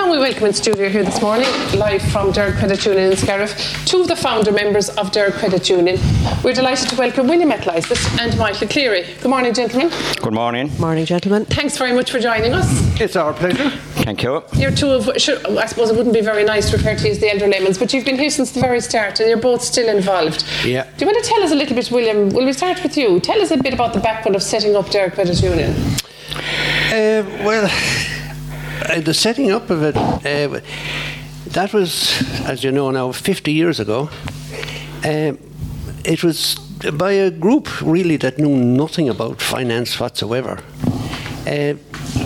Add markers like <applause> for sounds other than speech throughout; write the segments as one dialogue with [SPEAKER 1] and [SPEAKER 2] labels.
[SPEAKER 1] And we welcome in studio here this morning, live from Derg Credit Union in Scariff, two of the founder members of Derg Credit Union. We're delighted to welcome William Etlisis and Michael Cleary. Good morning, gentlemen.
[SPEAKER 2] Good morning.
[SPEAKER 3] Morning, gentlemen.
[SPEAKER 1] Thanks very much for joining us.
[SPEAKER 4] It's our pleasure.
[SPEAKER 2] Thank you.
[SPEAKER 1] You're two of, sure, I suppose it wouldn't be very nice to refer to you as the elder laymen, but you've been here since the very start and you're both still involved.
[SPEAKER 4] Yeah.
[SPEAKER 1] Do you want to tell us a little bit, William? Will we start with you? Tell us a bit about the background of setting up Derg Credit Union.
[SPEAKER 4] Uh, well, <laughs> uh, the setting up of it, uh, that was, as you know now, 50 years ago. Um it was by a group really that knew nothing about finance whatsoever. Uh,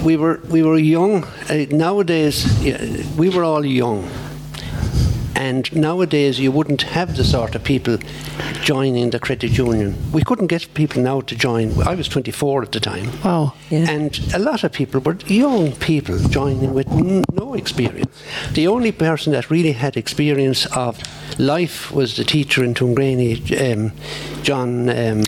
[SPEAKER 4] we were we were young. Uh, nowadays, yeah, we were all young, and nowadays you wouldn't have the sort of people joining the credit union. We couldn't get people now to join. I was 24 at the time.
[SPEAKER 3] Wow, yeah.
[SPEAKER 4] And a lot of people were young people joining with n- no experience. The only person that really had experience of life was the teacher in Tungrani, um, John. Um,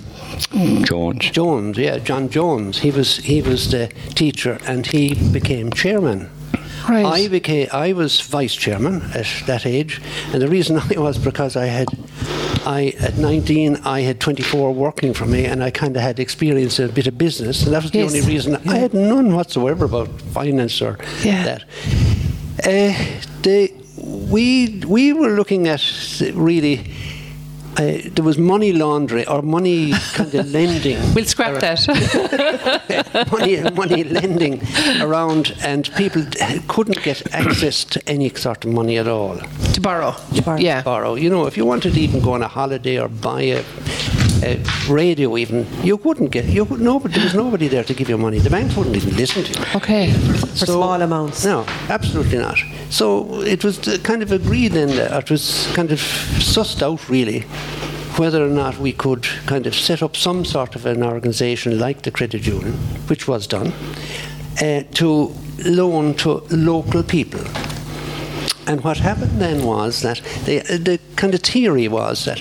[SPEAKER 2] Mm, Jones.
[SPEAKER 4] Jones, yeah, John Jones. He was he was the teacher, and he became chairman. I became I was vice chairman at that age, and the reason <laughs> I was because I had I at 19 I had 24 working for me, and I kind of had experience in a bit of business, and that was the
[SPEAKER 3] Yes.
[SPEAKER 4] only reason I had none whatsoever about finance or
[SPEAKER 3] Yeah.
[SPEAKER 4] that. Uh, the we we were looking at really. Uh, there was money laundering or money kind of lending
[SPEAKER 3] We'll scrap that.
[SPEAKER 4] money, money lending around, and people couldn't get access to any sort of money at all.
[SPEAKER 3] to borrow.
[SPEAKER 4] borrow.
[SPEAKER 3] Yeah.
[SPEAKER 4] borrow. You know, if you wanted to even go on a holiday or buy a, a radio, even you couldn't get. You could, nobody, there was nobody there to give you money. The banks wouldn't even listen to you.
[SPEAKER 3] Okay.
[SPEAKER 4] For
[SPEAKER 3] small amounts.
[SPEAKER 4] No, absolutely not. So it was the- kind of agreed then, that it was kind of sussed out really whether or not we could kind of set up some sort of an organisation like the Credit Union, which was done, uh, to loan to local people. And what happened then was that the, the kind of theory was that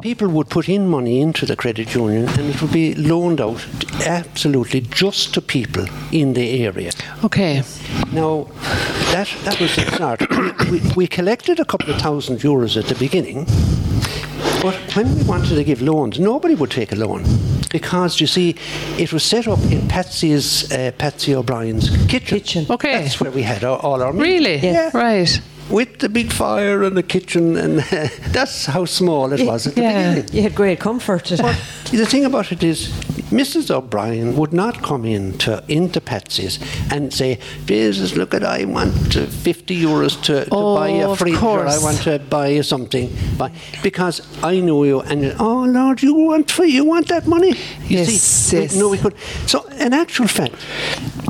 [SPEAKER 4] people would put in money into the credit union and it would be loaned out absolutely just to people in the area.
[SPEAKER 3] Okay.
[SPEAKER 4] Now, that, that was the start. we, we, we collected a couple of thousand euros at the beginning, but when we wanted to give loans, nobody would take a loan because, you see, it was set up in Patsy's, uh, Patsy O'Brien's kitchen.
[SPEAKER 3] Kitchen.
[SPEAKER 1] Okay.
[SPEAKER 4] That's where we had our, all our meetings.
[SPEAKER 1] Really?
[SPEAKER 4] Yeah.
[SPEAKER 3] Right.
[SPEAKER 4] With the big fire and the kitchen, and <laughs> that's how small it was at the
[SPEAKER 3] Yeah.
[SPEAKER 4] beginning.
[SPEAKER 5] You had great comfort.
[SPEAKER 4] But the thing about it is, Mrs. O'Brien would not come in to, into Patsy's and say, Jesus, look at, I want uh, 50 euros to, to buy
[SPEAKER 3] Oh,
[SPEAKER 4] a
[SPEAKER 3] of
[SPEAKER 4] fridge or I
[SPEAKER 3] course.
[SPEAKER 4] want to buy you something. Buy, because I know you and, oh Lord, you want, for, you want that money? You
[SPEAKER 3] Yes,
[SPEAKER 4] see, we-
[SPEAKER 3] yes.
[SPEAKER 4] No, we could. So, in actual fact,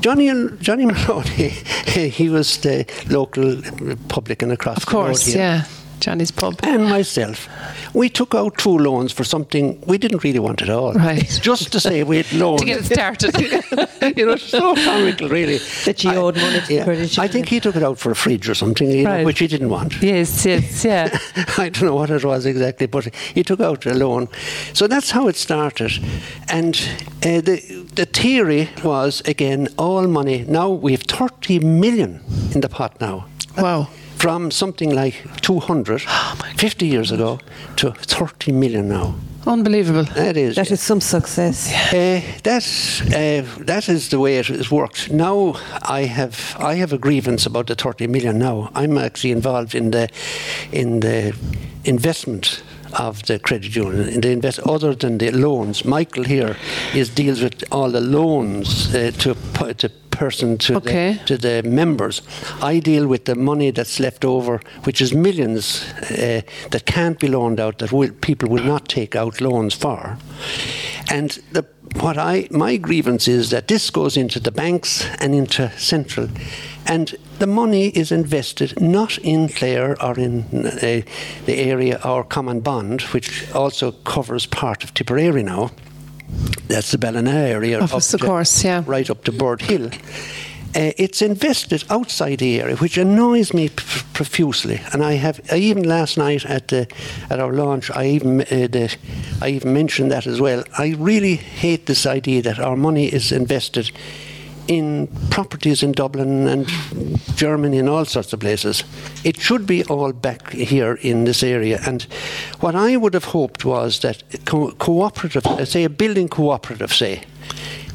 [SPEAKER 4] Johnny, Johnny Maloney, <laughs> he was the local publican across
[SPEAKER 3] Of course.
[SPEAKER 4] the road here
[SPEAKER 3] Yeah. Johnny's pub.
[SPEAKER 4] and myself, we took out two loans for something we didn't really want at all.
[SPEAKER 3] Right.
[SPEAKER 4] <laughs> Just to say we had loans.
[SPEAKER 3] <laughs> To get
[SPEAKER 4] <laughs>
[SPEAKER 3] it started. <laughs>
[SPEAKER 4] you know, it's so comical, really.
[SPEAKER 5] <laughs> That you owed money to the credit
[SPEAKER 4] I think he took it out for a fridge or something, you know,
[SPEAKER 3] Right.
[SPEAKER 4] which he didn't want.
[SPEAKER 3] yes. Yes. Yeah.
[SPEAKER 4] <laughs> I don't know what it was exactly, but he took out a loan. So that's how it started. And uh, the, the theory was, again, all money. Now we have 30 million in the pot now
[SPEAKER 3] Wow.
[SPEAKER 4] from something like 200 50 years ago to 30 million now.
[SPEAKER 3] Unbelievable.
[SPEAKER 4] That is.
[SPEAKER 5] That is some success.
[SPEAKER 4] Uh, that's uh, that is the way it has worked. Now I have I have a grievance about the 30 million. Now I'm actually involved in the in the investment of the credit union. In the invest other than the loans, Michael here is deals with all the loans uh, to p- to person to
[SPEAKER 3] Okay.
[SPEAKER 4] the, to the members. I deal with the money that's left over, which is millions uh, that can't be loaned out, that will, people will not take out loans for. And the, what I my grievance is that this goes into the banks and into central, and the money is invested not in Clare or in uh, the area or common bond, which also covers part of Tipperary now. That's the Ballina area.
[SPEAKER 3] Of
[SPEAKER 4] up
[SPEAKER 3] us, of
[SPEAKER 4] to-
[SPEAKER 3] course, yeah.
[SPEAKER 4] Right up to Bird Hill. Uh, it's invested outside the area, which annoys me p- profusely. And I have I even last night at the at our launch, I even uh, the, I even mentioned that as well. I really hate this idea that our money is invested in properties in Dublin and Germany and all sorts of places. It should be all back here in this area. And what I would have hoped was that co- cooperative, uh, say a building cooperative, say,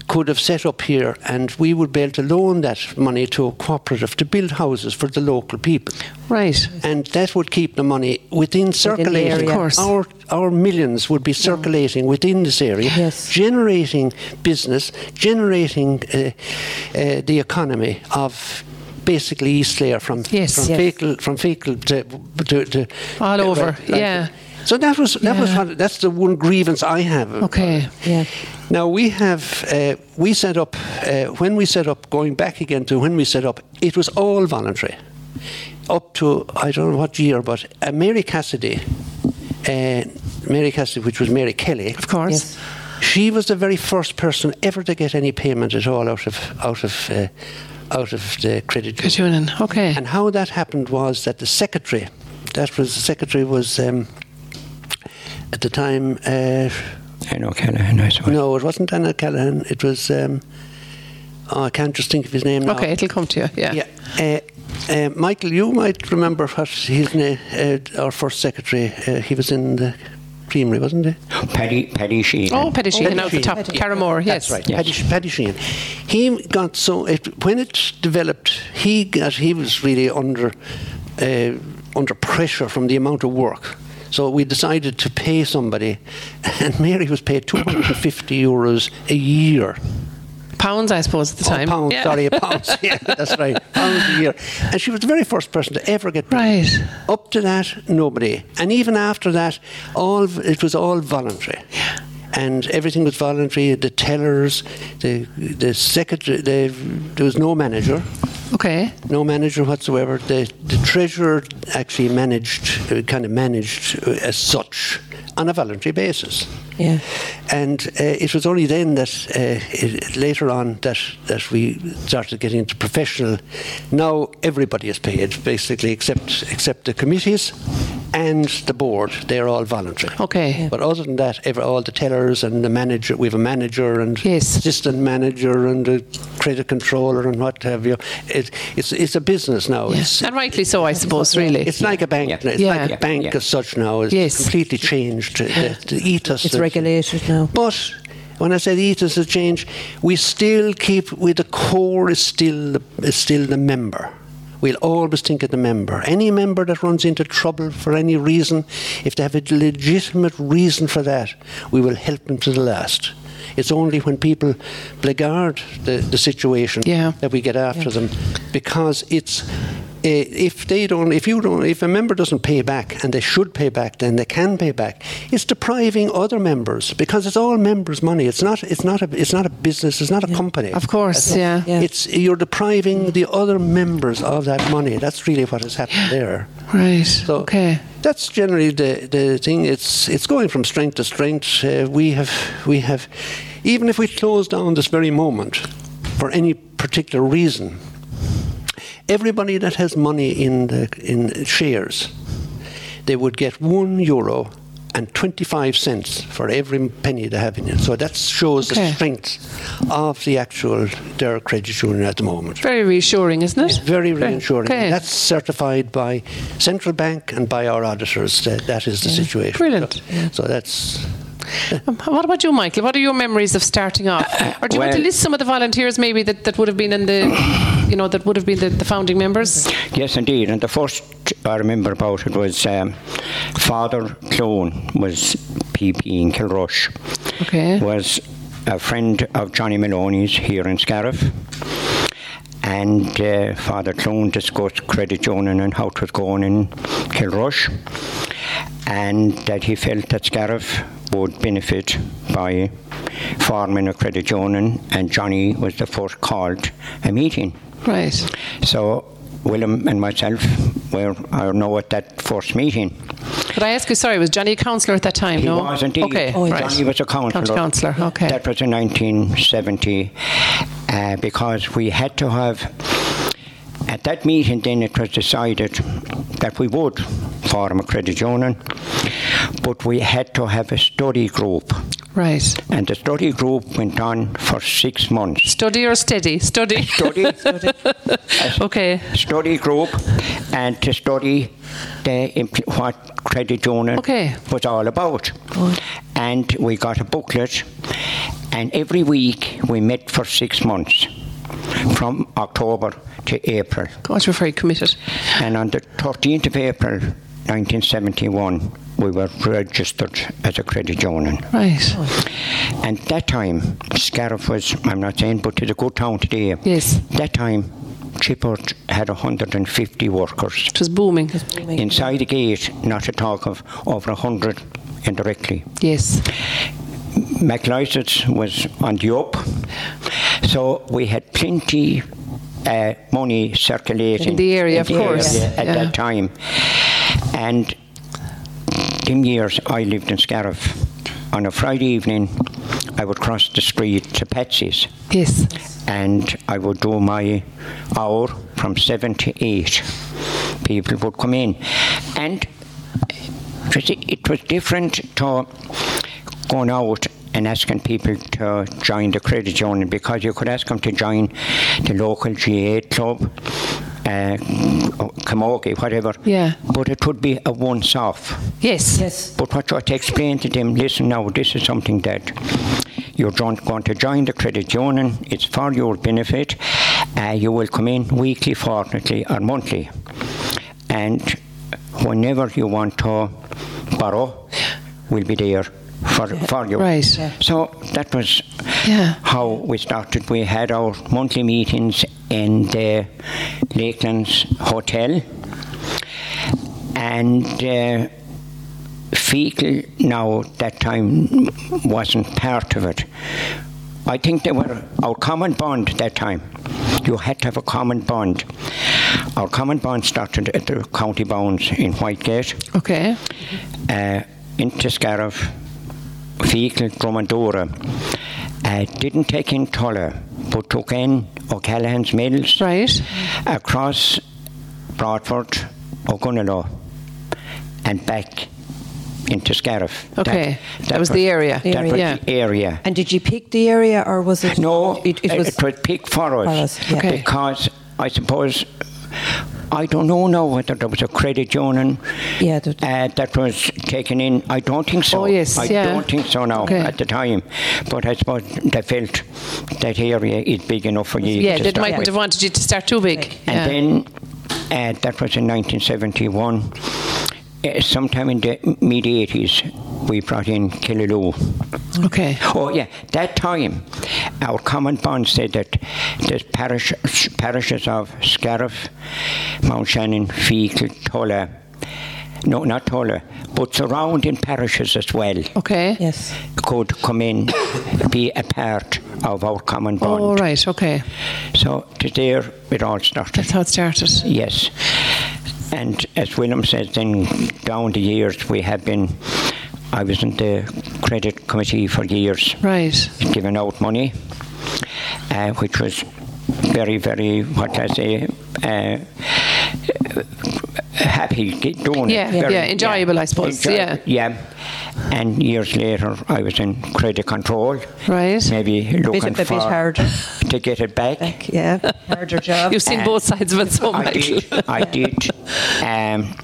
[SPEAKER 4] could have set up here and we would be able to loan that money to a cooperative to build houses for the local people.
[SPEAKER 3] Right.
[SPEAKER 4] And that would keep the money within circulating.
[SPEAKER 5] area. Of
[SPEAKER 3] course.
[SPEAKER 4] Our, our millions would be circulating within this area,
[SPEAKER 5] Yes.
[SPEAKER 4] generating business, generating uh, uh, the economy of basically East Clare from
[SPEAKER 3] Yes.
[SPEAKER 4] from
[SPEAKER 5] Yes.
[SPEAKER 4] Fecal from Fecal to, to, to
[SPEAKER 3] All
[SPEAKER 4] to-
[SPEAKER 3] over, yeah.
[SPEAKER 4] So that was that was
[SPEAKER 3] Yeah.
[SPEAKER 4] what, that's the one grievance I have.
[SPEAKER 3] Okay.
[SPEAKER 5] Yeah.
[SPEAKER 4] Now we have uh, we set up uh, when we set up going back again to when we set up it was all voluntary up to I don't know what year but uh, Mary Cassidy uh, Mary Cassidy which was Mary Kelly
[SPEAKER 3] Of course.
[SPEAKER 5] Yes.
[SPEAKER 4] she was the very first person ever to get any payment at all out of out of uh, out of the credit
[SPEAKER 3] Good tuning. Okay.
[SPEAKER 4] and how that happened was that the secretary, that was the secretary was um, at the time. Uh,
[SPEAKER 2] I know Callahan, I suppose.
[SPEAKER 4] no, it wasn't Anna Callahan. It was. Um, oh, I can't just think of his name now.
[SPEAKER 3] okay, it'll come to you. Yeah.
[SPEAKER 4] Yeah. Uh, uh, Michael, you might remember what his name. Uh, our first secretary. Uh, he was in the Creamery, wasn't he?
[SPEAKER 2] Paddy, Paddy Sheehan.
[SPEAKER 3] Oh, Petty Sheehan out the top.
[SPEAKER 5] Petty.
[SPEAKER 3] Carramore, yes.
[SPEAKER 4] That's right.
[SPEAKER 2] Yes.
[SPEAKER 4] Paddy, Paddy Sheehan. He got so it, when it developed, he got he was really under uh, under pressure from the amount of work. So we decided to pay somebody, <laughs> and Mary was paid 250 euros a year.
[SPEAKER 3] Pounds, I suppose, at the
[SPEAKER 4] Oh,
[SPEAKER 3] time.
[SPEAKER 4] pounds,
[SPEAKER 3] Yeah.
[SPEAKER 4] sorry,
[SPEAKER 3] <laughs>
[SPEAKER 4] pounds. yeah, that's right, pounds a year. And she was the very first person to ever get.
[SPEAKER 3] Right.
[SPEAKER 4] Up to that, nobody. And even after that, all it was all voluntary. And everything was voluntary. The tellers, the the secretary, the, there was no manager,
[SPEAKER 3] Okay.
[SPEAKER 4] no manager whatsoever. The the treasurer actually managed, uh, kind of managed uh, as such, on a voluntary basis.
[SPEAKER 5] Yeah.
[SPEAKER 4] And uh, it was only then that uh, it, later on that that we started getting into professional. Now everybody is paid basically, except except the committees and the board. They're all voluntary.
[SPEAKER 3] Okay.
[SPEAKER 4] But other than that, ever, all the tellers and the manager, we have a manager and
[SPEAKER 3] Yes.
[SPEAKER 4] assistant manager and a credit controller and what have you. It, it's it's a business now. It's,
[SPEAKER 3] And rightly so, I suppose, really.
[SPEAKER 4] it's like a bank.
[SPEAKER 2] Yeah.
[SPEAKER 4] It's like
[SPEAKER 3] Yeah.
[SPEAKER 4] a bank
[SPEAKER 2] Yeah.
[SPEAKER 4] as such now. It's
[SPEAKER 3] Yes.
[SPEAKER 4] completely changed. The, the ethos.
[SPEAKER 5] It's
[SPEAKER 4] that-
[SPEAKER 5] regulated now.
[SPEAKER 4] but when I said ethos has changed, we still keep with the core is still the, is still the member. We'll always think of the member. Any member that runs into trouble for any reason, if they have a legitimate reason for that, we will help them to the last. It's only when people blackguard the, the situation
[SPEAKER 3] Yeah.
[SPEAKER 4] that we get after them, because it's uh, if they don't, if you don't, if a member doesn't pay back, and they should pay back, then they can pay back. It's depriving other members because it's all members' money. It's not. It's not a. It's not a business. It's not a company.
[SPEAKER 3] Of course, yeah.
[SPEAKER 5] Yeah.
[SPEAKER 4] It's you're depriving the other members of that money. That's really what has happened there.
[SPEAKER 3] Right.
[SPEAKER 4] So
[SPEAKER 3] okay.
[SPEAKER 4] that's generally the, the thing. It's it's going from strength to strength. Uh, we have we have, even if we close down this very moment, for any particular reason, everybody that has money in the in shares, they would get one euro and twenty five cents for every penny they have in it. So that shows
[SPEAKER 3] Okay.
[SPEAKER 4] the strength of the actual their credit union at the moment.
[SPEAKER 3] Very reassuring, isn't it?
[SPEAKER 4] It's very reassuring.
[SPEAKER 3] Okay.
[SPEAKER 4] That's certified by central bank and by our auditors. That, that is the situation.
[SPEAKER 3] Brilliant.
[SPEAKER 4] So, so that's
[SPEAKER 3] Um, What about you, Michael? What are your memories of starting off? Or do you want to
[SPEAKER 2] well-
[SPEAKER 3] list some of the volunteers maybe that, that would have been in the, you know, that would have been the, the founding members?
[SPEAKER 2] Yes, indeed. And the first I remember about it was um, Father Clone was PP in Kilrush.
[SPEAKER 3] Okay.
[SPEAKER 2] Was a friend of Johnny Maloney's here in Scariff. And uh, Father Clone discussed credit union and how it was going in Kilrush. And that he felt that Scariff would benefit by forming a credit union. And Johnny was the first called a meeting.
[SPEAKER 3] Right.
[SPEAKER 2] So Willem and myself were, I know, at that first meeting.
[SPEAKER 3] But I ask you, sorry, was Johnny a councillor at that time?
[SPEAKER 2] He
[SPEAKER 3] no.
[SPEAKER 2] was indeed.
[SPEAKER 3] Okay.
[SPEAKER 5] Oh,
[SPEAKER 3] right.
[SPEAKER 5] yes.
[SPEAKER 2] Johnny was a councillor.
[SPEAKER 3] County councillor, okay.
[SPEAKER 2] That was in 1970 uh, because we had to have, at that meeting then it was decided that we would form a credit union, but we had to have a study group
[SPEAKER 3] Right.
[SPEAKER 2] And the study group went on for six months.
[SPEAKER 3] Study or steady? Study.
[SPEAKER 2] Study,
[SPEAKER 3] okay.
[SPEAKER 2] study group, and to study the impl- what credit union
[SPEAKER 3] Okay.
[SPEAKER 2] was all about. And we got a booklet, and every week we met for six months, from October to April.
[SPEAKER 3] <laughs> God, you're very committed.
[SPEAKER 2] And on the 13th of April 1971, we were registered as a credit union.
[SPEAKER 3] Right.
[SPEAKER 2] And that time, Scariff was, I'm not saying, but it's a good town today.
[SPEAKER 3] Yes.
[SPEAKER 2] That time, Chipport had 150 workers.
[SPEAKER 3] It was booming.
[SPEAKER 2] Inside the gate, not to talk of over 100 indirectly.
[SPEAKER 3] Yes.
[SPEAKER 2] McLeod's was on the up, so we had plenty uh, money circulating
[SPEAKER 3] In the area, of course.
[SPEAKER 2] area at
[SPEAKER 3] Yeah.
[SPEAKER 2] that time. And in years, I lived in Scariff. On a Friday evening, I would cross the street to Patsy's,
[SPEAKER 3] Yes.
[SPEAKER 2] and I would do my hour from seven to eight. People would come in, and it was, it was different to going out and asking people to join the credit union because you could ask them to join the local GA club, uh, Camogie, whatever.
[SPEAKER 3] Yeah.
[SPEAKER 2] But it would be a once off.
[SPEAKER 3] Yes.
[SPEAKER 5] Yes.
[SPEAKER 2] But what I had to explain to them, listen now, this is something that you're jo- going to join the credit union, it's for your benefit. Uh, you will come in weekly, fortnightly, or monthly. And whenever you want to borrow, we'll be there for, for you.
[SPEAKER 3] Right. Yeah.
[SPEAKER 2] So that was
[SPEAKER 3] Yeah.
[SPEAKER 2] how we started. We had our monthly meetings in the Lakelands Hotel. And uh, fecal now that time wasn't part of it. I think they were our common bond that time. You had to have a common bond. Our common bond started at the county bounds in Whitegate,
[SPEAKER 3] Okay.
[SPEAKER 2] uh, into Scariff, fecal Dromandora. Uh, didn't take in Toller, but took in O'Callaghan's Mills
[SPEAKER 3] Right.
[SPEAKER 2] across Bradford, O'Gunnallaw, and back into Scariff.
[SPEAKER 3] Okay. That was the area.
[SPEAKER 2] That was
[SPEAKER 3] Area.
[SPEAKER 2] the area.
[SPEAKER 5] And did you pick the area or was it?
[SPEAKER 2] No,
[SPEAKER 3] Oh,
[SPEAKER 5] It,
[SPEAKER 3] eh,
[SPEAKER 5] it was.
[SPEAKER 2] pick for us.
[SPEAKER 5] For us, yeah.
[SPEAKER 3] Okay.
[SPEAKER 2] Because I suppose, I don't know now whether there was a credit union
[SPEAKER 5] Yeah, there-
[SPEAKER 2] uh, that was taken in. I don't think so.
[SPEAKER 3] Oh, yes,
[SPEAKER 2] I
[SPEAKER 3] yeah.
[SPEAKER 2] don't think so now
[SPEAKER 3] Okay.
[SPEAKER 2] at the time. But I suppose they felt that area is big enough for you.
[SPEAKER 3] Yeah,
[SPEAKER 2] to
[SPEAKER 3] that
[SPEAKER 2] start
[SPEAKER 3] mightn't
[SPEAKER 2] with.
[SPEAKER 3] have wanted you to start too big. Yeah.
[SPEAKER 2] And then uh, that was in 1971. Uh, sometime in the mid 80s, we brought in Killaloo.
[SPEAKER 3] okay.
[SPEAKER 2] Oh, yeah, that time, our common bond said that the parish, parishes of Scariff, Mount Shannon, Fecal, Tulla, no, not Tulla, but surrounding parishes as well,
[SPEAKER 3] Okay.
[SPEAKER 5] yes.
[SPEAKER 2] could come in, be a part of our common bond.
[SPEAKER 3] All right. Okay.
[SPEAKER 2] So, to there, it all started.
[SPEAKER 3] That's how it started.
[SPEAKER 2] Yes. And as William says, then down the years we have been, I was in the credit committee for years,
[SPEAKER 3] Right.
[SPEAKER 2] giving out money, uh, which was very, very, what I say, uh, happy g- doing
[SPEAKER 3] Yeah,
[SPEAKER 2] it. Very-
[SPEAKER 3] yeah, enjoyable, I suppose,
[SPEAKER 2] yeah. And years later, I was in credit control.
[SPEAKER 3] Right.
[SPEAKER 2] Maybe looking
[SPEAKER 5] a bit
[SPEAKER 2] for
[SPEAKER 5] harder.
[SPEAKER 2] to get it back.
[SPEAKER 5] Like, <laughs> yeah. Harder job.
[SPEAKER 3] You've seen both sides of it so
[SPEAKER 2] I
[SPEAKER 3] much.
[SPEAKER 2] did. I did. Um,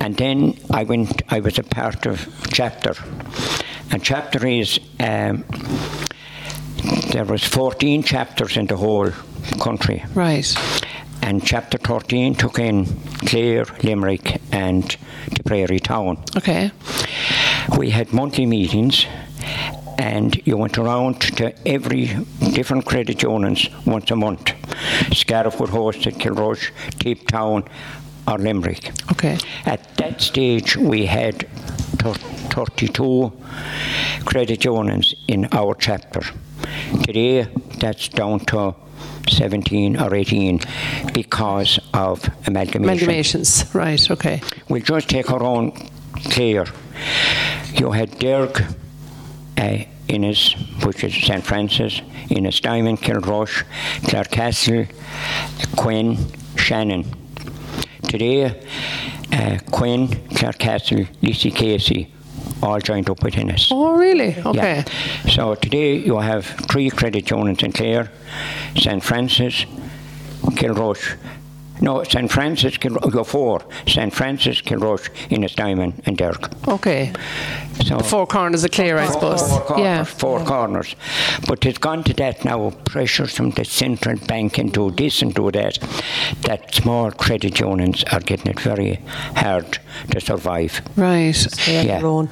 [SPEAKER 2] and then I went. I was a part of chapter, and chapter is um, there was fourteen chapters in the whole country,
[SPEAKER 3] Right.
[SPEAKER 2] and chapter thirteen took in Clare, Limerick, and the Prairie Town.
[SPEAKER 3] Okay.
[SPEAKER 2] We had monthly meetings, and you went around to every different credit unions once a month. Scariff would host it, Kilrush, Teep Town, or Limerick.
[SPEAKER 3] Okay.
[SPEAKER 2] At that stage, we had thir- 32 credit unions in our chapter. Today, that's down to 17 or 18 because of amalgamation
[SPEAKER 3] Amalgamations. Right. Okay.
[SPEAKER 2] we'll just take our own clear. You had Dirk uh, Innes, which is St. Francis, Innes Diamond, Kilrush, Clarecastle, Quinn, Shannon. Today, uh, Quinn, Clarecastle, Lissy Casey, all joined up with Ennis.
[SPEAKER 3] Oh, really? Okay.
[SPEAKER 2] Yeah. So today you have three credit unions in Clare, St Francis, Kilroche. No, St Francis, Kilro- you have four. St Francis, Kilroche, Innes Diamond, and Derg.
[SPEAKER 3] Okay.
[SPEAKER 2] So
[SPEAKER 3] The four corners are clear, I
[SPEAKER 2] four,
[SPEAKER 3] suppose.
[SPEAKER 2] four corners,
[SPEAKER 3] yeah.
[SPEAKER 2] four corners. But it's gone to that now, pressure from the central bank and do this and do that, that small credit unions are getting it very hard to survive.
[SPEAKER 3] Right.
[SPEAKER 5] They have
[SPEAKER 2] Yeah.
[SPEAKER 5] their own.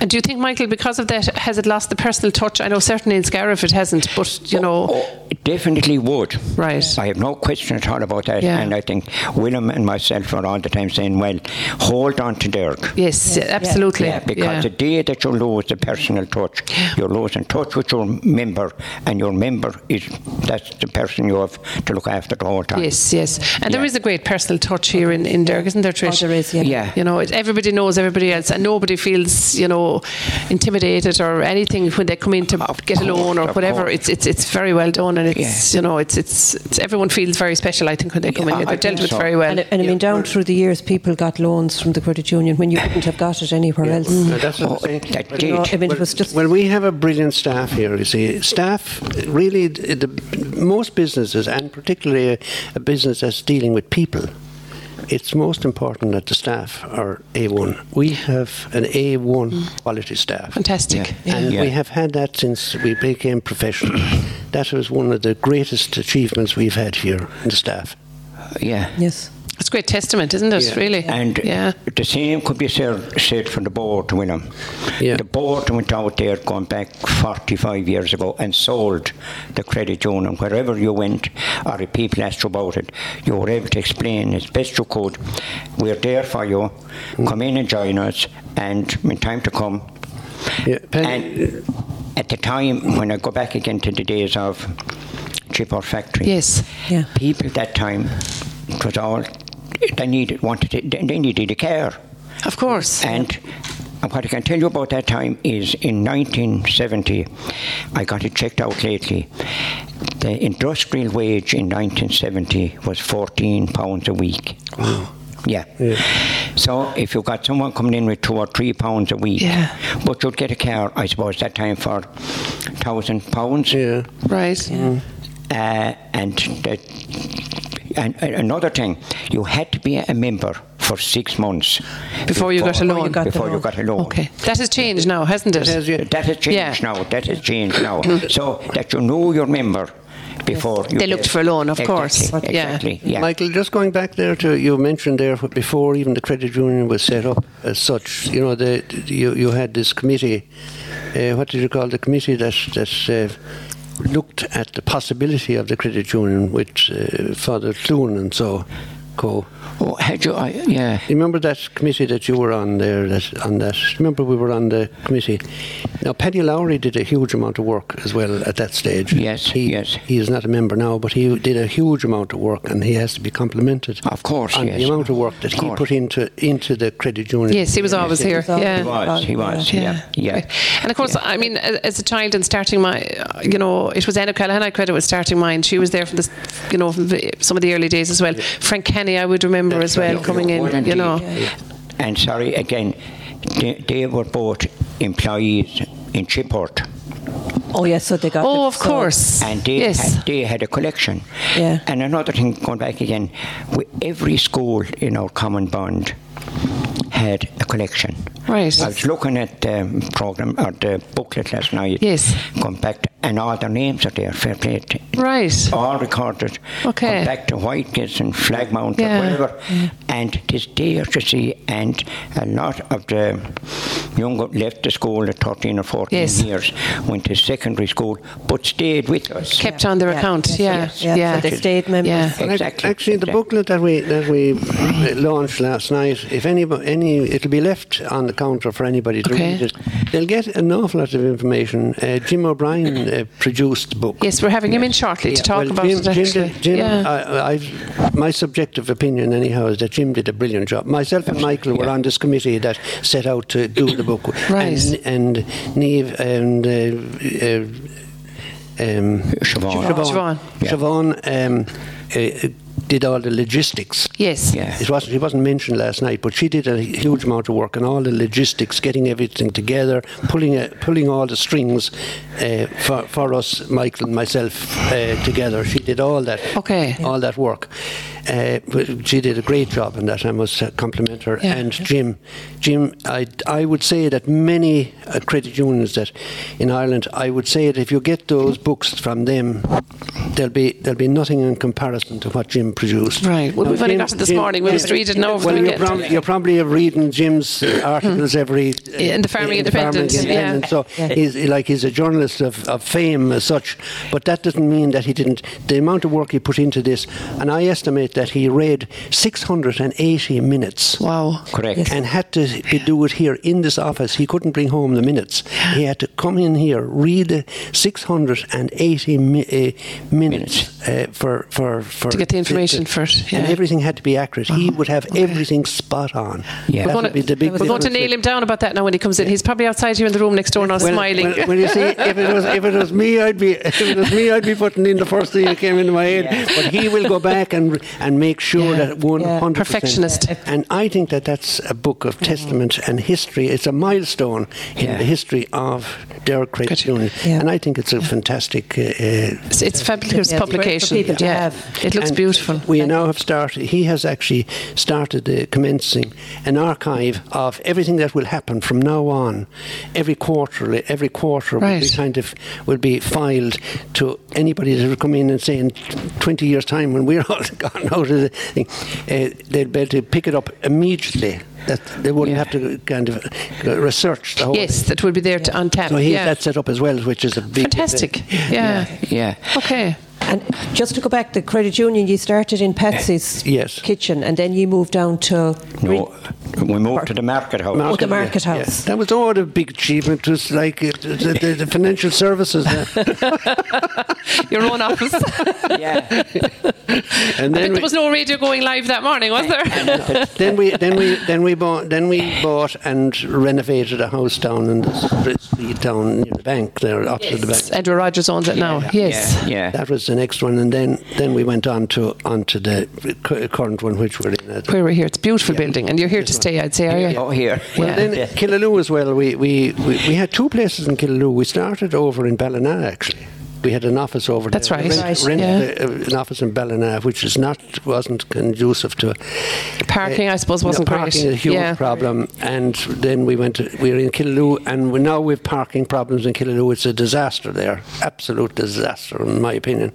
[SPEAKER 3] And do you think, Michael, because of that, has it lost the personal touch? I know certainly in Scariff it hasn't, but you know,
[SPEAKER 2] Oh, it definitely would.
[SPEAKER 3] Right.
[SPEAKER 2] I have no question at all about that.
[SPEAKER 3] Yeah.
[SPEAKER 2] And I think Willem and myself are all the time saying, well, hold on to Dirk.
[SPEAKER 3] yes, absolutely.
[SPEAKER 2] Yeah, because the day that you lose the personal touch, you're losing touch with your member, and your member is that's the person you have to look after the whole time.
[SPEAKER 3] Yes, yes. And there
[SPEAKER 2] Yeah.
[SPEAKER 3] is a great personal touch here in, in Derg, isn't there, Trish?
[SPEAKER 5] there is, yeah.
[SPEAKER 2] Yeah.
[SPEAKER 3] You know, it, everybody knows everybody else, and nobody feels, you know, intimidated or anything when they come in to
[SPEAKER 2] Of
[SPEAKER 3] get a loan
[SPEAKER 2] course,
[SPEAKER 3] or
[SPEAKER 2] of
[SPEAKER 3] whatever.
[SPEAKER 2] course.
[SPEAKER 3] It's it's it's very well done, and it's
[SPEAKER 2] Yeah.
[SPEAKER 3] you know, it's, it's it's everyone feels very special. I think when they come
[SPEAKER 2] I-
[SPEAKER 3] in,
[SPEAKER 2] I
[SPEAKER 3] they're dealt
[SPEAKER 2] think
[SPEAKER 3] with
[SPEAKER 2] so.
[SPEAKER 3] very well.
[SPEAKER 5] And, I- and I mean, down through the years, people got loans from the credit union when you wouldn't have got it anywhere else.
[SPEAKER 4] No, that's what I'm saying.
[SPEAKER 2] oh, that
[SPEAKER 4] But-
[SPEAKER 2] did.
[SPEAKER 5] No, I mean,
[SPEAKER 4] Well,
[SPEAKER 5] it was just.
[SPEAKER 4] well, we have a brilliant staff here. You see, staff really the, the- most businesses, and particularly a, a business that's dealing with people, it's most important that the staff are A one. We have an A one quality staff.
[SPEAKER 3] Fantastic.
[SPEAKER 4] And
[SPEAKER 2] Yeah.
[SPEAKER 4] we have had that since we became professional.
[SPEAKER 2] <coughs>
[SPEAKER 4] That was one of the greatest achievements we've had here in the staff.
[SPEAKER 2] Yeah.
[SPEAKER 5] Yes.
[SPEAKER 3] It's a great testament, isn't it?
[SPEAKER 4] Yeah.
[SPEAKER 3] Really.
[SPEAKER 2] And
[SPEAKER 3] yeah.
[SPEAKER 2] the same could be said, said for the board, William.
[SPEAKER 4] Yeah.
[SPEAKER 2] The board went out there going back 45 years ago and sold the credit union. Wherever you went, or if people asked you about it, you were able to explain as best you could. We're there for you. Come in and join us. And in time to come,
[SPEAKER 4] Yeah, Penny-
[SPEAKER 2] and at the time, when I go back again to the days of Chipper Factory,
[SPEAKER 3] Yes.
[SPEAKER 5] Yeah.
[SPEAKER 2] people at that time, it was all they needed, wanted, it, they they needed a care.
[SPEAKER 3] Of course.
[SPEAKER 2] And what I can tell you about that time is in 1970, I got it checked out lately. The industrial wage in 1970 was 14 pounds a week. Yeah. So if you got someone coming in with two or three pounds a week,
[SPEAKER 3] Yeah.
[SPEAKER 2] but you'd get a car, I suppose, that time for thousand pounds.
[SPEAKER 4] yeah.
[SPEAKER 3] right.
[SPEAKER 2] Uh, and, that, and and another thing, you had to be a member for six months
[SPEAKER 3] Before you got a loan.
[SPEAKER 5] got the
[SPEAKER 2] before you
[SPEAKER 5] loan.
[SPEAKER 2] got a loan.
[SPEAKER 3] Okay. That has changed now, hasn't it?
[SPEAKER 4] has, yeah.
[SPEAKER 2] That has changed
[SPEAKER 3] Yeah.
[SPEAKER 2] now. That has changed now. so that you know your member before you
[SPEAKER 3] They looked
[SPEAKER 2] get-
[SPEAKER 3] for a loan, of
[SPEAKER 2] Exactly,
[SPEAKER 3] course. Yeah.
[SPEAKER 2] Exactly. Yeah.
[SPEAKER 4] Michael, just going back there to you mentioned there wh- before even the credit union was set up as such. You know, the, you you had this committee. Uh, what did you call the committee that that uh, looked at the possibility of the credit union with uh, Father Clune and so co.
[SPEAKER 2] oh, had you? I, yeah.
[SPEAKER 4] You Remember that committee that you were on there? That on that. Remember we were on the committee. Now Paddy Lowry did a huge amount of work as well at that stage.
[SPEAKER 2] Yes,
[SPEAKER 4] he,
[SPEAKER 2] yes.
[SPEAKER 4] He is not a member now, but he did a huge amount of work, and he has to be complimented.
[SPEAKER 2] Of course,
[SPEAKER 4] on
[SPEAKER 2] yes.
[SPEAKER 4] the amount of work that
[SPEAKER 2] Of
[SPEAKER 4] he
[SPEAKER 2] course.
[SPEAKER 4] put into into the credit union.
[SPEAKER 3] Yes, he was always here.
[SPEAKER 5] always here.
[SPEAKER 3] Yeah.
[SPEAKER 2] He was. He was. Yeah. Yeah.
[SPEAKER 3] Right. And of course, I mean, a- as a child and starting my, uh, you know, it was Anna Callahan I credit with starting mine. She was there from the, s- you know, from the, some of the early days as well. Frank Kenny, I would remember as well coming
[SPEAKER 2] Well,
[SPEAKER 3] in, you
[SPEAKER 2] indeed.
[SPEAKER 3] know.
[SPEAKER 2] And sorry again, they, they were both employees in Chipport,
[SPEAKER 5] Oh, yes. So they got.
[SPEAKER 3] Oh,
[SPEAKER 5] the-
[SPEAKER 3] of
[SPEAKER 5] so-
[SPEAKER 3] course.
[SPEAKER 2] and they
[SPEAKER 3] yes.
[SPEAKER 2] had, they had a collection.
[SPEAKER 5] Yeah.
[SPEAKER 2] And another thing, going back again, we, every school in our common bond had a collection.
[SPEAKER 3] Right.
[SPEAKER 2] I was looking at the program or the booklet last night.
[SPEAKER 3] Yes.
[SPEAKER 2] Come back, to- and all their names are there. Fair play. to-
[SPEAKER 3] Right.
[SPEAKER 2] All recorded.
[SPEAKER 3] Okay.
[SPEAKER 2] Come back to Whitegates and Flagmount or
[SPEAKER 3] Yeah. Mm.
[SPEAKER 2] whatever. And it is there to see. And a lot of the younger left the school at 13 or 14
[SPEAKER 3] Yes.
[SPEAKER 2] years, went to secondary school, but stayed with us.
[SPEAKER 3] Kept on their
[SPEAKER 5] Yeah.
[SPEAKER 3] account. Yeah.
[SPEAKER 5] Yes. Yeah,
[SPEAKER 3] Yeah.
[SPEAKER 5] so they stayed members.
[SPEAKER 3] Yeah.
[SPEAKER 4] And ac-
[SPEAKER 2] Exactly.
[SPEAKER 4] Actually, the
[SPEAKER 2] exactly.
[SPEAKER 4] booklet that we that we launched last night, if any, any, it'll be left on the counter for anybody to
[SPEAKER 3] Okay.
[SPEAKER 4] read it. They'll get an awful lot of information. Uh, Jim O'Brien uh, produced the book.
[SPEAKER 3] Yes, we're having him in shortly to
[SPEAKER 4] Yeah,
[SPEAKER 3] talk
[SPEAKER 4] well,
[SPEAKER 3] about
[SPEAKER 4] Jim,
[SPEAKER 3] it. Actually.
[SPEAKER 4] Jim, did- Jim
[SPEAKER 3] yeah.
[SPEAKER 4] I, I've, my subjective opinion, anyhow, is that Jim did a brilliant job. Myself and Michael were on this committee that set out to do the book.
[SPEAKER 3] <laughs> Right.
[SPEAKER 4] And, and Neve and. Uh, uh, um,
[SPEAKER 2] Siobhan.
[SPEAKER 4] Siobhan,
[SPEAKER 3] Siobhan.
[SPEAKER 4] Siobhan, um, uh, did all the logistics.
[SPEAKER 3] Yes.
[SPEAKER 2] Yeah.
[SPEAKER 4] It wasn't, it wasn't mentioned last night, but she did a huge amount of work on all the logistics, getting everything together, pulling uh, pulling all the strings uh, for, for us, Michael and myself, uh, together. She did all that.
[SPEAKER 3] Okay.
[SPEAKER 4] All that work. Uh, but she did a great job on that. I must uh, compliment her.
[SPEAKER 3] Yeah.
[SPEAKER 4] And Jim, Jim, I, I would say that many uh, credit unions that in Ireland, I would say that if you get those books from them, there'll be there'll be nothing in comparison to what Jim produced.
[SPEAKER 3] Right. Well,
[SPEAKER 4] Now,
[SPEAKER 3] we've only got it this morning. We must read it now over
[SPEAKER 4] Well,
[SPEAKER 3] the
[SPEAKER 4] you're,
[SPEAKER 3] weekend.
[SPEAKER 4] prob- you're probably reading
[SPEAKER 3] <coughs>
[SPEAKER 4] Jim's articles every uh,
[SPEAKER 3] In the Farming
[SPEAKER 4] in the Farming
[SPEAKER 3] Independent, yeah.
[SPEAKER 4] Independent. So he's like he's a journalist of, of fame as such, but that doesn't mean that he didn't. The amount of work he put into this, and I estimate that he read 680 minutes.
[SPEAKER 3] Wow.
[SPEAKER 2] Correct.
[SPEAKER 4] And had to be- do it here in this office. He couldn't bring home the minutes. He had to come in here, read uh, 680 mi- uh, minutes uh, for, for, for
[SPEAKER 3] To get the information for it,
[SPEAKER 4] And
[SPEAKER 3] yeah. Uh-huh.
[SPEAKER 4] everything had to be accurate. He would have everything spot on.
[SPEAKER 2] Yeah. We're
[SPEAKER 4] That would
[SPEAKER 3] We're
[SPEAKER 4] be
[SPEAKER 3] going,
[SPEAKER 4] the big
[SPEAKER 3] to, we're going to
[SPEAKER 4] difference.
[SPEAKER 3] nail him down about that now when he comes in. He's probably outside here in the room next door now
[SPEAKER 4] Well,
[SPEAKER 3] smiling.
[SPEAKER 4] Well, well, you see, if it was if it was me, I'd be <laughs> if it was me, I'd be putting in the first thing that came into my head. But he will go back and and make sure that one hundred
[SPEAKER 3] Perfectionist.
[SPEAKER 4] And I think that that's a book of testament and history. It's a milestone in
[SPEAKER 2] Yeah.
[SPEAKER 4] the history of Dare Credit
[SPEAKER 3] Good.
[SPEAKER 4] Union,
[SPEAKER 5] Yeah.
[SPEAKER 4] and I think it's a fantastic. uh, Uh,
[SPEAKER 3] It's, it's fabulous
[SPEAKER 5] Yeah, it's great for
[SPEAKER 3] publication.
[SPEAKER 5] people to
[SPEAKER 3] yeah.
[SPEAKER 5] have.
[SPEAKER 3] It looks
[SPEAKER 4] and
[SPEAKER 3] beautiful.
[SPEAKER 4] We now have started. He has actually started uh, commencing an archive of everything that will happen from now on. Every quarterly, every quarter will be
[SPEAKER 3] Right.
[SPEAKER 4] kind of will be filed to anybody that will come in and say in twenty years' time when we're <laughs> all gone out of the thing, uh, they'd be able to pick it up immediately. That they wouldn't
[SPEAKER 3] Yeah.
[SPEAKER 4] have to kind of uh, research the whole.
[SPEAKER 3] Yes, that would be there to, on tap.
[SPEAKER 4] So he
[SPEAKER 3] yeah.
[SPEAKER 4] that set up as well, which is a big
[SPEAKER 3] Fantastic. Yeah.
[SPEAKER 2] Yeah.
[SPEAKER 3] Okay.
[SPEAKER 5] And just to go back, the credit union you started in Patsy's
[SPEAKER 4] Eh, Yes.
[SPEAKER 5] kitchen, and then you moved down to
[SPEAKER 2] No, we moved to the market house.
[SPEAKER 5] Oh, the market
[SPEAKER 4] yeah, yeah.
[SPEAKER 5] house.
[SPEAKER 4] That was all a big achievement. It was like uh, the, the, the financial services. uh,
[SPEAKER 3] Your own
[SPEAKER 4] <laughs>
[SPEAKER 3] office.
[SPEAKER 2] Yeah.
[SPEAKER 4] and
[SPEAKER 3] <laughs> I
[SPEAKER 4] then
[SPEAKER 3] think
[SPEAKER 4] we,
[SPEAKER 3] there was no radio going live that morning, was there?
[SPEAKER 4] <laughs> then we then we then we bought then we bought and renovated a house down in the street down near the bank there up to the bank.
[SPEAKER 3] Edward Rogers owns it now. Yes.
[SPEAKER 2] Yeah.
[SPEAKER 4] That was the next one, and then then we went on to onto the cu- current one which we're in. At.
[SPEAKER 3] Where we're here. It's a beautiful building, and you're here to stay, I'd say, are you?
[SPEAKER 2] Oh, here.
[SPEAKER 4] Well,
[SPEAKER 3] Yeah.
[SPEAKER 4] then Killaloo as well. We, we, we, we had two places in Killaloo. We started over in Ballina, actually. We had an office over
[SPEAKER 3] That's
[SPEAKER 4] there.
[SPEAKER 3] right. Right,
[SPEAKER 4] rented a- an office in Ballina, which is not wasn't conducive to
[SPEAKER 3] Parking, I suppose,
[SPEAKER 4] Yeah,
[SPEAKER 3] wasn't
[SPEAKER 4] parking
[SPEAKER 3] great.
[SPEAKER 4] is a huge
[SPEAKER 3] yeah.
[SPEAKER 4] problem, and then we went. To, we were in Killaloo, and we, now we've parking problems in Killaloo. It's a disaster there, absolute disaster, in my opinion.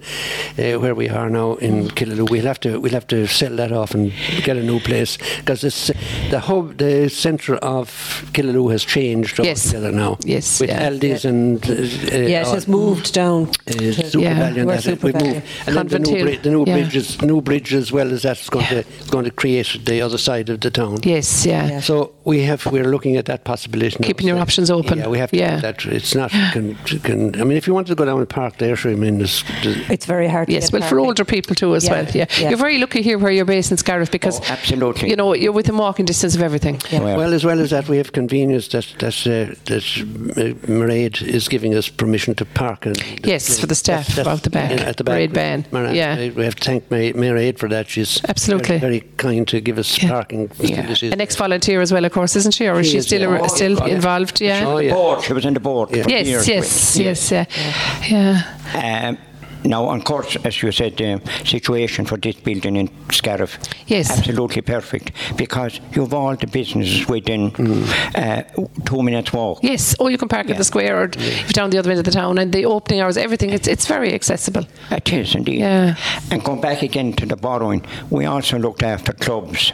[SPEAKER 4] Uh, where we are now in Killaloo, we'll have to we'll have to sell that off and get a new place because it's the hub, the centre of Killaloo has changed
[SPEAKER 3] Yes.
[SPEAKER 4] altogether now.
[SPEAKER 3] Yes,
[SPEAKER 4] with
[SPEAKER 3] yeah.
[SPEAKER 4] Aldi's and uh,
[SPEAKER 5] yeah, it
[SPEAKER 4] all-
[SPEAKER 5] has moved down.
[SPEAKER 4] uh,
[SPEAKER 5] to-
[SPEAKER 4] Super
[SPEAKER 3] Yeah.
[SPEAKER 4] Valley and
[SPEAKER 5] Where
[SPEAKER 4] that, uh,
[SPEAKER 5] Super
[SPEAKER 4] we
[SPEAKER 5] Valley.
[SPEAKER 4] move. And then the
[SPEAKER 3] Convent
[SPEAKER 4] new,
[SPEAKER 3] Hill,
[SPEAKER 4] bri- the new
[SPEAKER 3] yeah.
[SPEAKER 4] bridge is new bridge as well as that's going to going to create the other side of the town.
[SPEAKER 3] Yes, yeah.
[SPEAKER 5] Yeah.
[SPEAKER 4] So we have we're looking at that possibility. now.
[SPEAKER 3] Keeping your
[SPEAKER 4] So-
[SPEAKER 3] options open.
[SPEAKER 4] Yeah, we have to.
[SPEAKER 3] Yeah.
[SPEAKER 4] That it's not. Can, can, I mean, if you wanted to go down and park there, sure. I mean, there's, there's,
[SPEAKER 5] It's very hard.
[SPEAKER 3] Yes,
[SPEAKER 5] to get
[SPEAKER 3] well, for
[SPEAKER 5] parking.
[SPEAKER 3] older people too, as
[SPEAKER 5] Yeah,
[SPEAKER 3] well. Yeah.
[SPEAKER 5] yeah.
[SPEAKER 3] you're very lucky here where you're based in Scariff because
[SPEAKER 2] Oh, absolutely.
[SPEAKER 3] you know you're within walking distance of everything.
[SPEAKER 2] Well,
[SPEAKER 4] Well, as well as that, we have convenience that that uh, that uh, Mairead is giving us permission to park. And
[SPEAKER 3] Yes, for the staff out the back,
[SPEAKER 4] in- at the back.
[SPEAKER 3] Mairead Ban,
[SPEAKER 4] Mairead-
[SPEAKER 3] yeah.
[SPEAKER 4] we have to thank Ma- Mairead for that. She's
[SPEAKER 3] Absolutely.
[SPEAKER 4] very, very kind to give us
[SPEAKER 3] Yeah.
[SPEAKER 4] parking facilities.
[SPEAKER 3] An ex-volunteer as well, of course, isn't she, or is
[SPEAKER 4] She
[SPEAKER 3] she
[SPEAKER 4] is,
[SPEAKER 3] still
[SPEAKER 4] yeah. Oh,
[SPEAKER 3] still
[SPEAKER 4] yeah.
[SPEAKER 3] involved? Yeah.
[SPEAKER 4] Oh yeah.
[SPEAKER 2] board. She was in the board. for
[SPEAKER 3] Yes,
[SPEAKER 2] years
[SPEAKER 3] yes, yes, yeah, yeah.
[SPEAKER 2] Um, now, of course, as you said, the situation for this building in Scariff
[SPEAKER 3] Yes.
[SPEAKER 2] absolutely perfect because you've all the businesses within
[SPEAKER 3] Mm.
[SPEAKER 2] uh, two minutes walk.
[SPEAKER 3] Yes. Oh, you can park at the square or down the other end of the town, and the opening hours, everything. It's it's very accessible.
[SPEAKER 2] It is indeed.
[SPEAKER 3] Yeah.
[SPEAKER 2] And going back again to the borrowing, we also looked after clubs,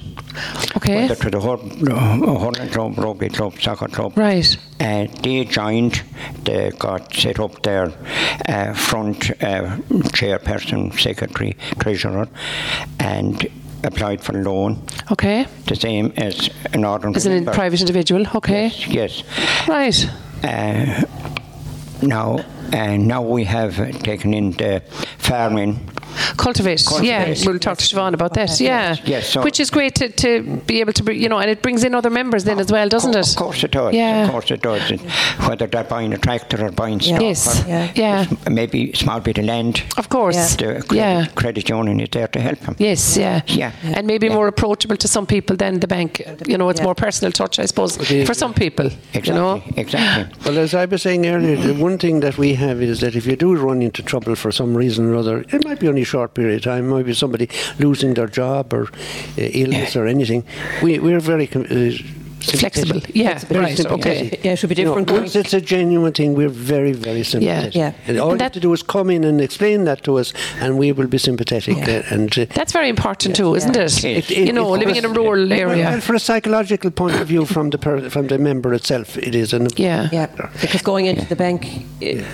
[SPEAKER 3] Okay.
[SPEAKER 2] whether to the Hurling Club, Rugby Club, Soccer Club.
[SPEAKER 3] Right.
[SPEAKER 2] Uh, they joined, they got set up their uh, front uh, chairperson, secretary, treasurer, and applied for loan,
[SPEAKER 3] Okay.
[SPEAKER 2] the same as an ordinary
[SPEAKER 3] As a
[SPEAKER 2] member.
[SPEAKER 3] private individual. Okay.
[SPEAKER 2] Yes.
[SPEAKER 3] Right.
[SPEAKER 2] Uh, now, uh, now we have taken in the farming
[SPEAKER 3] Cultivate. Yeah,
[SPEAKER 2] Cultivate.
[SPEAKER 3] we'll talk to Siobhan about that.
[SPEAKER 5] Okay.
[SPEAKER 3] Yeah.
[SPEAKER 2] Yes, so-
[SPEAKER 3] Which is great to, to be able to, br- you know, and it brings in other members then as well, doesn't it?
[SPEAKER 2] Of course it does.
[SPEAKER 3] Yeah.
[SPEAKER 2] Of course it does. And whether they're buying a tractor or buying
[SPEAKER 5] Yeah.
[SPEAKER 2] stock
[SPEAKER 3] Yes.
[SPEAKER 2] or
[SPEAKER 5] Yeah.
[SPEAKER 3] Yeah.
[SPEAKER 2] maybe a small bit of land,
[SPEAKER 3] Of course.
[SPEAKER 5] Yeah.
[SPEAKER 3] Yeah.
[SPEAKER 2] the credit, credit union is there to help them.
[SPEAKER 3] Yes, yeah.
[SPEAKER 2] Yeah.
[SPEAKER 3] And maybe more approachable to some people than the bank. You know, it's
[SPEAKER 5] Yeah.
[SPEAKER 3] more personal touch, I suppose,
[SPEAKER 4] the-
[SPEAKER 3] for some people.
[SPEAKER 2] Exactly.
[SPEAKER 3] You know?
[SPEAKER 2] Exactly.
[SPEAKER 4] Well, as I was saying earlier, the one thing that we have is that if you do run into trouble for some reason or other, it might be only a short period of time, might be somebody losing their job or uh, illness or anything. We, we're very. Com- uh,
[SPEAKER 3] Flexible.
[SPEAKER 4] sympathetic.
[SPEAKER 3] Yeah,
[SPEAKER 4] Very
[SPEAKER 3] right,
[SPEAKER 4] sympathetic.
[SPEAKER 3] okay.
[SPEAKER 5] Yeah, it should be
[SPEAKER 4] You know,
[SPEAKER 5] different
[SPEAKER 4] once it's a genuine thing, we're very, very sympathetic.
[SPEAKER 5] Yeah.
[SPEAKER 4] And all
[SPEAKER 3] And
[SPEAKER 4] you
[SPEAKER 3] that-
[SPEAKER 4] have to do is come in and explain that to us, and we will be sympathetic. uh, And uh,
[SPEAKER 3] That's very important too, isn't it?
[SPEAKER 2] It-
[SPEAKER 3] You know,
[SPEAKER 4] for
[SPEAKER 3] living in a
[SPEAKER 4] us-
[SPEAKER 3] rural
[SPEAKER 4] well, Well,
[SPEAKER 3] area.
[SPEAKER 4] for a psychological point of view, from the per, from the member itself, it is an
[SPEAKER 3] Yeah.
[SPEAKER 5] Yeah, because going into the bank,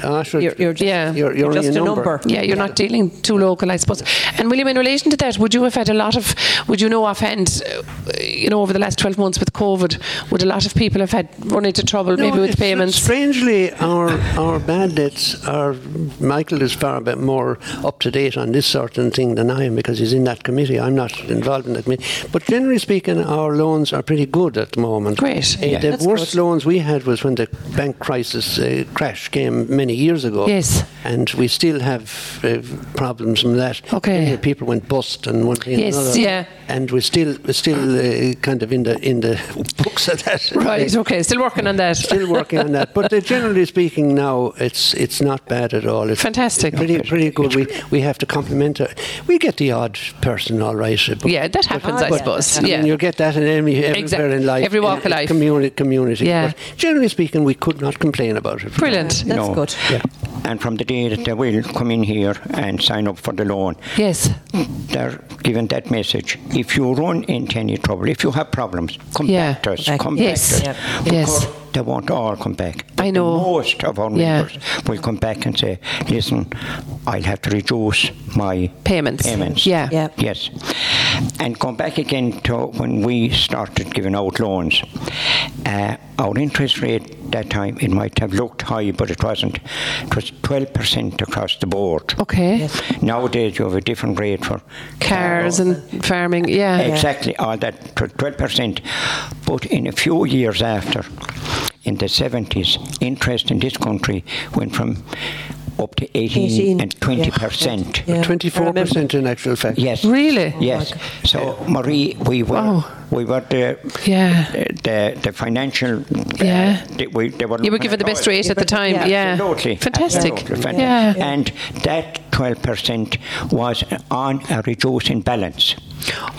[SPEAKER 4] Ah, sure.
[SPEAKER 5] you're, you're just,
[SPEAKER 3] Yeah.
[SPEAKER 5] you're,
[SPEAKER 4] You're- you're
[SPEAKER 5] just a
[SPEAKER 4] only a
[SPEAKER 5] number.
[SPEAKER 4] number.
[SPEAKER 3] Yeah, you're not dealing too local, I suppose. And William, in relation to that, would you have had a lot of, would you know offhand, uh, you know, over the last 12 months with COVID, would a lot of people have had run into trouble
[SPEAKER 4] No,
[SPEAKER 3] maybe with
[SPEAKER 4] it's-
[SPEAKER 3] payments?
[SPEAKER 4] Strangely, our our bad debts are Michael is far bit more up to date on this sort of thing than I am because he's in that committee. I'm not involved in that committee. But generally speaking, our loans are pretty good at the moment.
[SPEAKER 3] Great.
[SPEAKER 4] Uh, the
[SPEAKER 5] That's
[SPEAKER 4] worst
[SPEAKER 5] good.
[SPEAKER 4] loans we had was when the bank crisis uh, crash came many years ago.
[SPEAKER 3] Yes.
[SPEAKER 4] And we still have uh, problems from that.
[SPEAKER 3] Okay.
[SPEAKER 4] Many people went bust and one thing and
[SPEAKER 3] Yes,
[SPEAKER 4] another.
[SPEAKER 3] yeah.
[SPEAKER 4] And we're still we're still uh, kind of in the in the <laughs> books of that.
[SPEAKER 3] Right, okay, still working on that.
[SPEAKER 4] Still working on that, but uh, generally speaking, now it's it's not bad at all. It's
[SPEAKER 3] Fantastic.
[SPEAKER 4] pretty pretty good. We we have to compliment. Her. We get the odd person, all right. uh, But,
[SPEAKER 3] Yeah, that happens,
[SPEAKER 5] Ah,
[SPEAKER 3] I
[SPEAKER 5] yeah,
[SPEAKER 3] suppose.
[SPEAKER 5] that
[SPEAKER 4] I mean,
[SPEAKER 3] Yeah.
[SPEAKER 4] you get that in every, everywhere
[SPEAKER 3] Exact-
[SPEAKER 4] in life,
[SPEAKER 3] every walk of
[SPEAKER 4] in- in
[SPEAKER 3] life.
[SPEAKER 4] communi- community.
[SPEAKER 3] Yeah.
[SPEAKER 4] But generally speaking, we could not complain about it.
[SPEAKER 3] Brilliant.
[SPEAKER 5] That's
[SPEAKER 2] No.
[SPEAKER 5] good.
[SPEAKER 2] And from the day that they will come in here and sign up for the loan,
[SPEAKER 3] Yes.
[SPEAKER 2] they're given that message. If you run into any trouble, if you have problems, come
[SPEAKER 3] Yeah.
[SPEAKER 2] back to us.
[SPEAKER 5] Back.
[SPEAKER 2] Come
[SPEAKER 3] Yes.
[SPEAKER 2] back to us.
[SPEAKER 3] Yeah.
[SPEAKER 2] Because
[SPEAKER 3] Yes.
[SPEAKER 2] They won't all come back.
[SPEAKER 3] I
[SPEAKER 2] But
[SPEAKER 3] know.
[SPEAKER 2] Most of our
[SPEAKER 3] Yeah.
[SPEAKER 2] members will come back and say, listen, I'll have to reduce my
[SPEAKER 3] Payments.
[SPEAKER 2] Payments.
[SPEAKER 3] Yeah.
[SPEAKER 5] Yeah.
[SPEAKER 2] Yes. And come back again to when we started giving out loans. Uh, our interest rate that time, it might have looked high, but it wasn't. It was 12% across the board.
[SPEAKER 3] Okay.
[SPEAKER 2] Nowadays, you have a different rate for
[SPEAKER 3] Cars and farming. Yeah.
[SPEAKER 2] Exactly, all that tw- 12%. But in a few years after, in the 70s, interest in this country went from up to 18,
[SPEAKER 5] 18,
[SPEAKER 2] and
[SPEAKER 5] yeah.
[SPEAKER 2] 20%.
[SPEAKER 5] Yeah.
[SPEAKER 4] Twenty-four percent in actual fact.
[SPEAKER 2] Yes.
[SPEAKER 3] Really? Oh
[SPEAKER 2] Yes. So, Marie, we were
[SPEAKER 3] Wow.
[SPEAKER 2] we were the
[SPEAKER 3] Yeah.
[SPEAKER 2] the, the financial.
[SPEAKER 3] Yeah.
[SPEAKER 2] Uh, that we, they were
[SPEAKER 3] You were
[SPEAKER 2] looking
[SPEAKER 3] given
[SPEAKER 2] at
[SPEAKER 3] the best
[SPEAKER 2] us.
[SPEAKER 3] rate at the time.
[SPEAKER 5] Yeah.
[SPEAKER 3] Yeah.
[SPEAKER 2] Absolutely.
[SPEAKER 3] Fantastic.
[SPEAKER 2] Absolutely, fantastic.
[SPEAKER 3] Yeah.
[SPEAKER 2] And that 12% was on a reducing balance.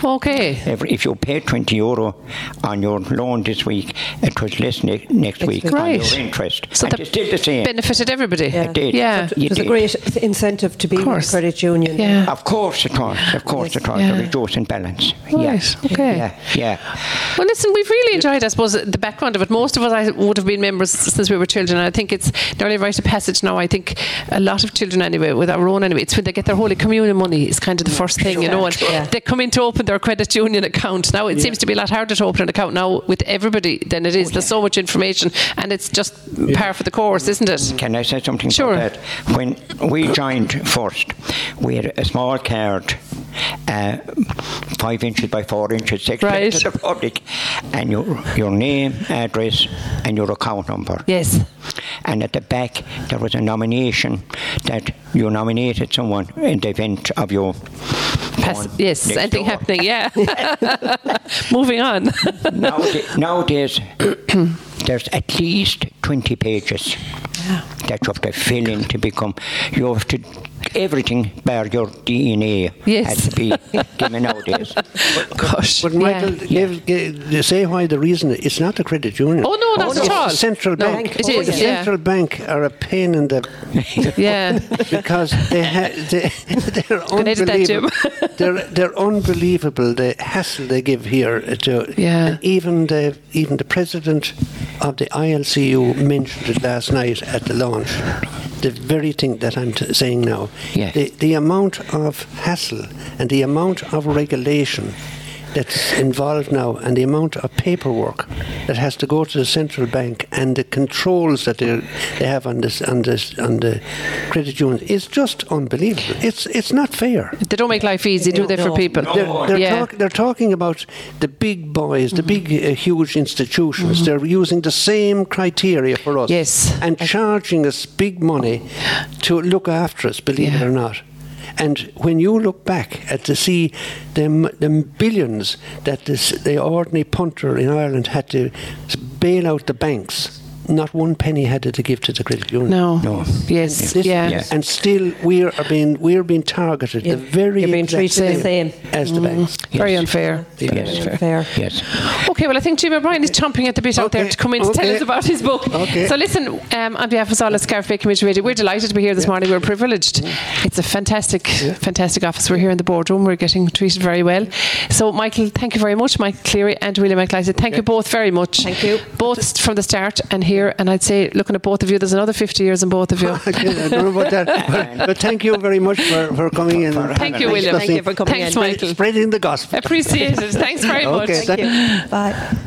[SPEAKER 3] Okay.
[SPEAKER 2] Every, if you pay 20 euro on your loan this week, it was less ne- next week
[SPEAKER 5] week.
[SPEAKER 2] on
[SPEAKER 3] Right.
[SPEAKER 2] your interest.
[SPEAKER 3] So
[SPEAKER 2] and
[SPEAKER 3] that
[SPEAKER 2] it's still the same.
[SPEAKER 3] Benefited everybody.
[SPEAKER 5] Yeah.
[SPEAKER 2] did.
[SPEAKER 3] Yeah.
[SPEAKER 2] You
[SPEAKER 5] It was a
[SPEAKER 2] did.
[SPEAKER 5] great incentive to be with the
[SPEAKER 3] course.
[SPEAKER 5] credit union.
[SPEAKER 3] Yeah.
[SPEAKER 2] Of course it was. Of course it was.
[SPEAKER 3] Yeah.
[SPEAKER 2] A reducing balance.
[SPEAKER 3] Right,
[SPEAKER 2] Yes.
[SPEAKER 3] okay.
[SPEAKER 2] Yeah. Yeah.
[SPEAKER 3] Well, listen, we've really enjoyed, I suppose, the background of it. Most of us I would have been members since we were children. I think it's nearly a rite of passage now. I think a lot of children, anyway, with our own anyway, it's when they get their Holy Communion money is kind of the first thing, you know. And
[SPEAKER 5] Yeah.
[SPEAKER 3] they come in to open their credit union account. Now, it seems to be a lot harder to open an account now with everybody than it is.
[SPEAKER 4] Oh,
[SPEAKER 3] There's so much information, and it's just par for the course, isn't it?
[SPEAKER 2] Can I say something
[SPEAKER 3] Sure.
[SPEAKER 2] about that? When we joined first, we had a small card, uh, five inches by four inches, six
[SPEAKER 3] Right.
[SPEAKER 2] to the public, and your your name, address, and your account number.
[SPEAKER 3] Yes.
[SPEAKER 2] And at the back, there was a nomination that you nominated someone in the event of your.
[SPEAKER 3] Pass-
[SPEAKER 2] going
[SPEAKER 3] yes,
[SPEAKER 2] next
[SPEAKER 3] anything
[SPEAKER 2] door.
[SPEAKER 3] happening,
[SPEAKER 4] <laughs>
[SPEAKER 3] yeah. <laughs> Moving on.
[SPEAKER 2] Nowada- nowadays, there's at least 20 pages that you have to fill in to become. You have to everything bar your DNA
[SPEAKER 3] Yes.
[SPEAKER 2] has to be given nowadays.
[SPEAKER 3] Gosh.
[SPEAKER 4] But
[SPEAKER 3] yeah.
[SPEAKER 4] Michael, give, give, say why the reason it's not the credit union.
[SPEAKER 3] Oh, no, not
[SPEAKER 4] it's
[SPEAKER 3] at all.
[SPEAKER 4] the central
[SPEAKER 3] No,
[SPEAKER 4] bank.
[SPEAKER 5] it is,
[SPEAKER 4] the
[SPEAKER 5] yeah.
[SPEAKER 4] central bank are a pain in the <laughs>
[SPEAKER 3] Yeah.
[SPEAKER 4] because they ha- they, <laughs> they're
[SPEAKER 3] Can edit that, Jim.
[SPEAKER 4] unbelievable. they're they're unbelievable. The hassle they give here to
[SPEAKER 3] Yeah.
[SPEAKER 4] and even the even the president of the ILCU mentioned it last night at the launch. The very thing that I'm t- saying now.
[SPEAKER 2] Yes.
[SPEAKER 4] The, the amount of hassle and the amount of regulation that's involved now and the amount of paperwork that has to go to the central bank and the controls that they they have on this on this on the credit unions is just unbelievable. It's it's not fair.
[SPEAKER 3] They don't make life easy, do they, for
[SPEAKER 5] No.
[SPEAKER 3] people?
[SPEAKER 4] They're, they're,
[SPEAKER 3] yeah.
[SPEAKER 4] talk, they're talking about the big boys, the big, uh, huge institutions. They're using the same criteria for us.
[SPEAKER 3] Yes.
[SPEAKER 4] And charging us big money to look after us, believe it
[SPEAKER 3] Yeah.
[SPEAKER 4] or not. And when you look back at to see them, them billions that this, the ordinary punter in Ireland had to s- bail out the banks, not one penny had they to give to the credit union.
[SPEAKER 3] no.
[SPEAKER 2] No.
[SPEAKER 3] Yes.
[SPEAKER 4] This-
[SPEAKER 3] yeah.
[SPEAKER 2] Yeah.
[SPEAKER 4] And still, we are being we're being targeted. The very
[SPEAKER 5] You're being
[SPEAKER 4] exact
[SPEAKER 5] treated the same.
[SPEAKER 4] as the banks.
[SPEAKER 3] Very unfair.
[SPEAKER 2] Yes.
[SPEAKER 5] Fair.
[SPEAKER 2] Yes.
[SPEAKER 3] Okay, well, I think Jim O'Brien is chomping at the bit out there
[SPEAKER 4] Okay,
[SPEAKER 3] to come in to tell
[SPEAKER 4] okay.
[SPEAKER 3] us about his book.
[SPEAKER 4] Okay.
[SPEAKER 3] So, listen, um, on behalf of Solace Scarf Bay Community Radio, we're delighted to be here this morning. We're privileged. It's a fantastic, fantastic office. We're here in the boardroom. We're getting treated very well. So, Michael, thank you very much. Michael Cleary and William McLeod. Thank you both very much.
[SPEAKER 5] Thank you.
[SPEAKER 3] Both from the start and here. And I'd say, looking at both of you, there's another 50 years in both of you.
[SPEAKER 4] Okay, I don't know about
[SPEAKER 3] <laughs>
[SPEAKER 4] that. But, but thank you very much for, for coming in. and
[SPEAKER 3] Thank you, William.
[SPEAKER 4] discussing-
[SPEAKER 5] Thank you for coming
[SPEAKER 3] Thanks,
[SPEAKER 5] in.
[SPEAKER 4] spread-
[SPEAKER 3] Michael.
[SPEAKER 4] Spreading the gospel.
[SPEAKER 3] Appreciate it. Thanks very much.
[SPEAKER 4] Okay,
[SPEAKER 5] Thank you. Bye.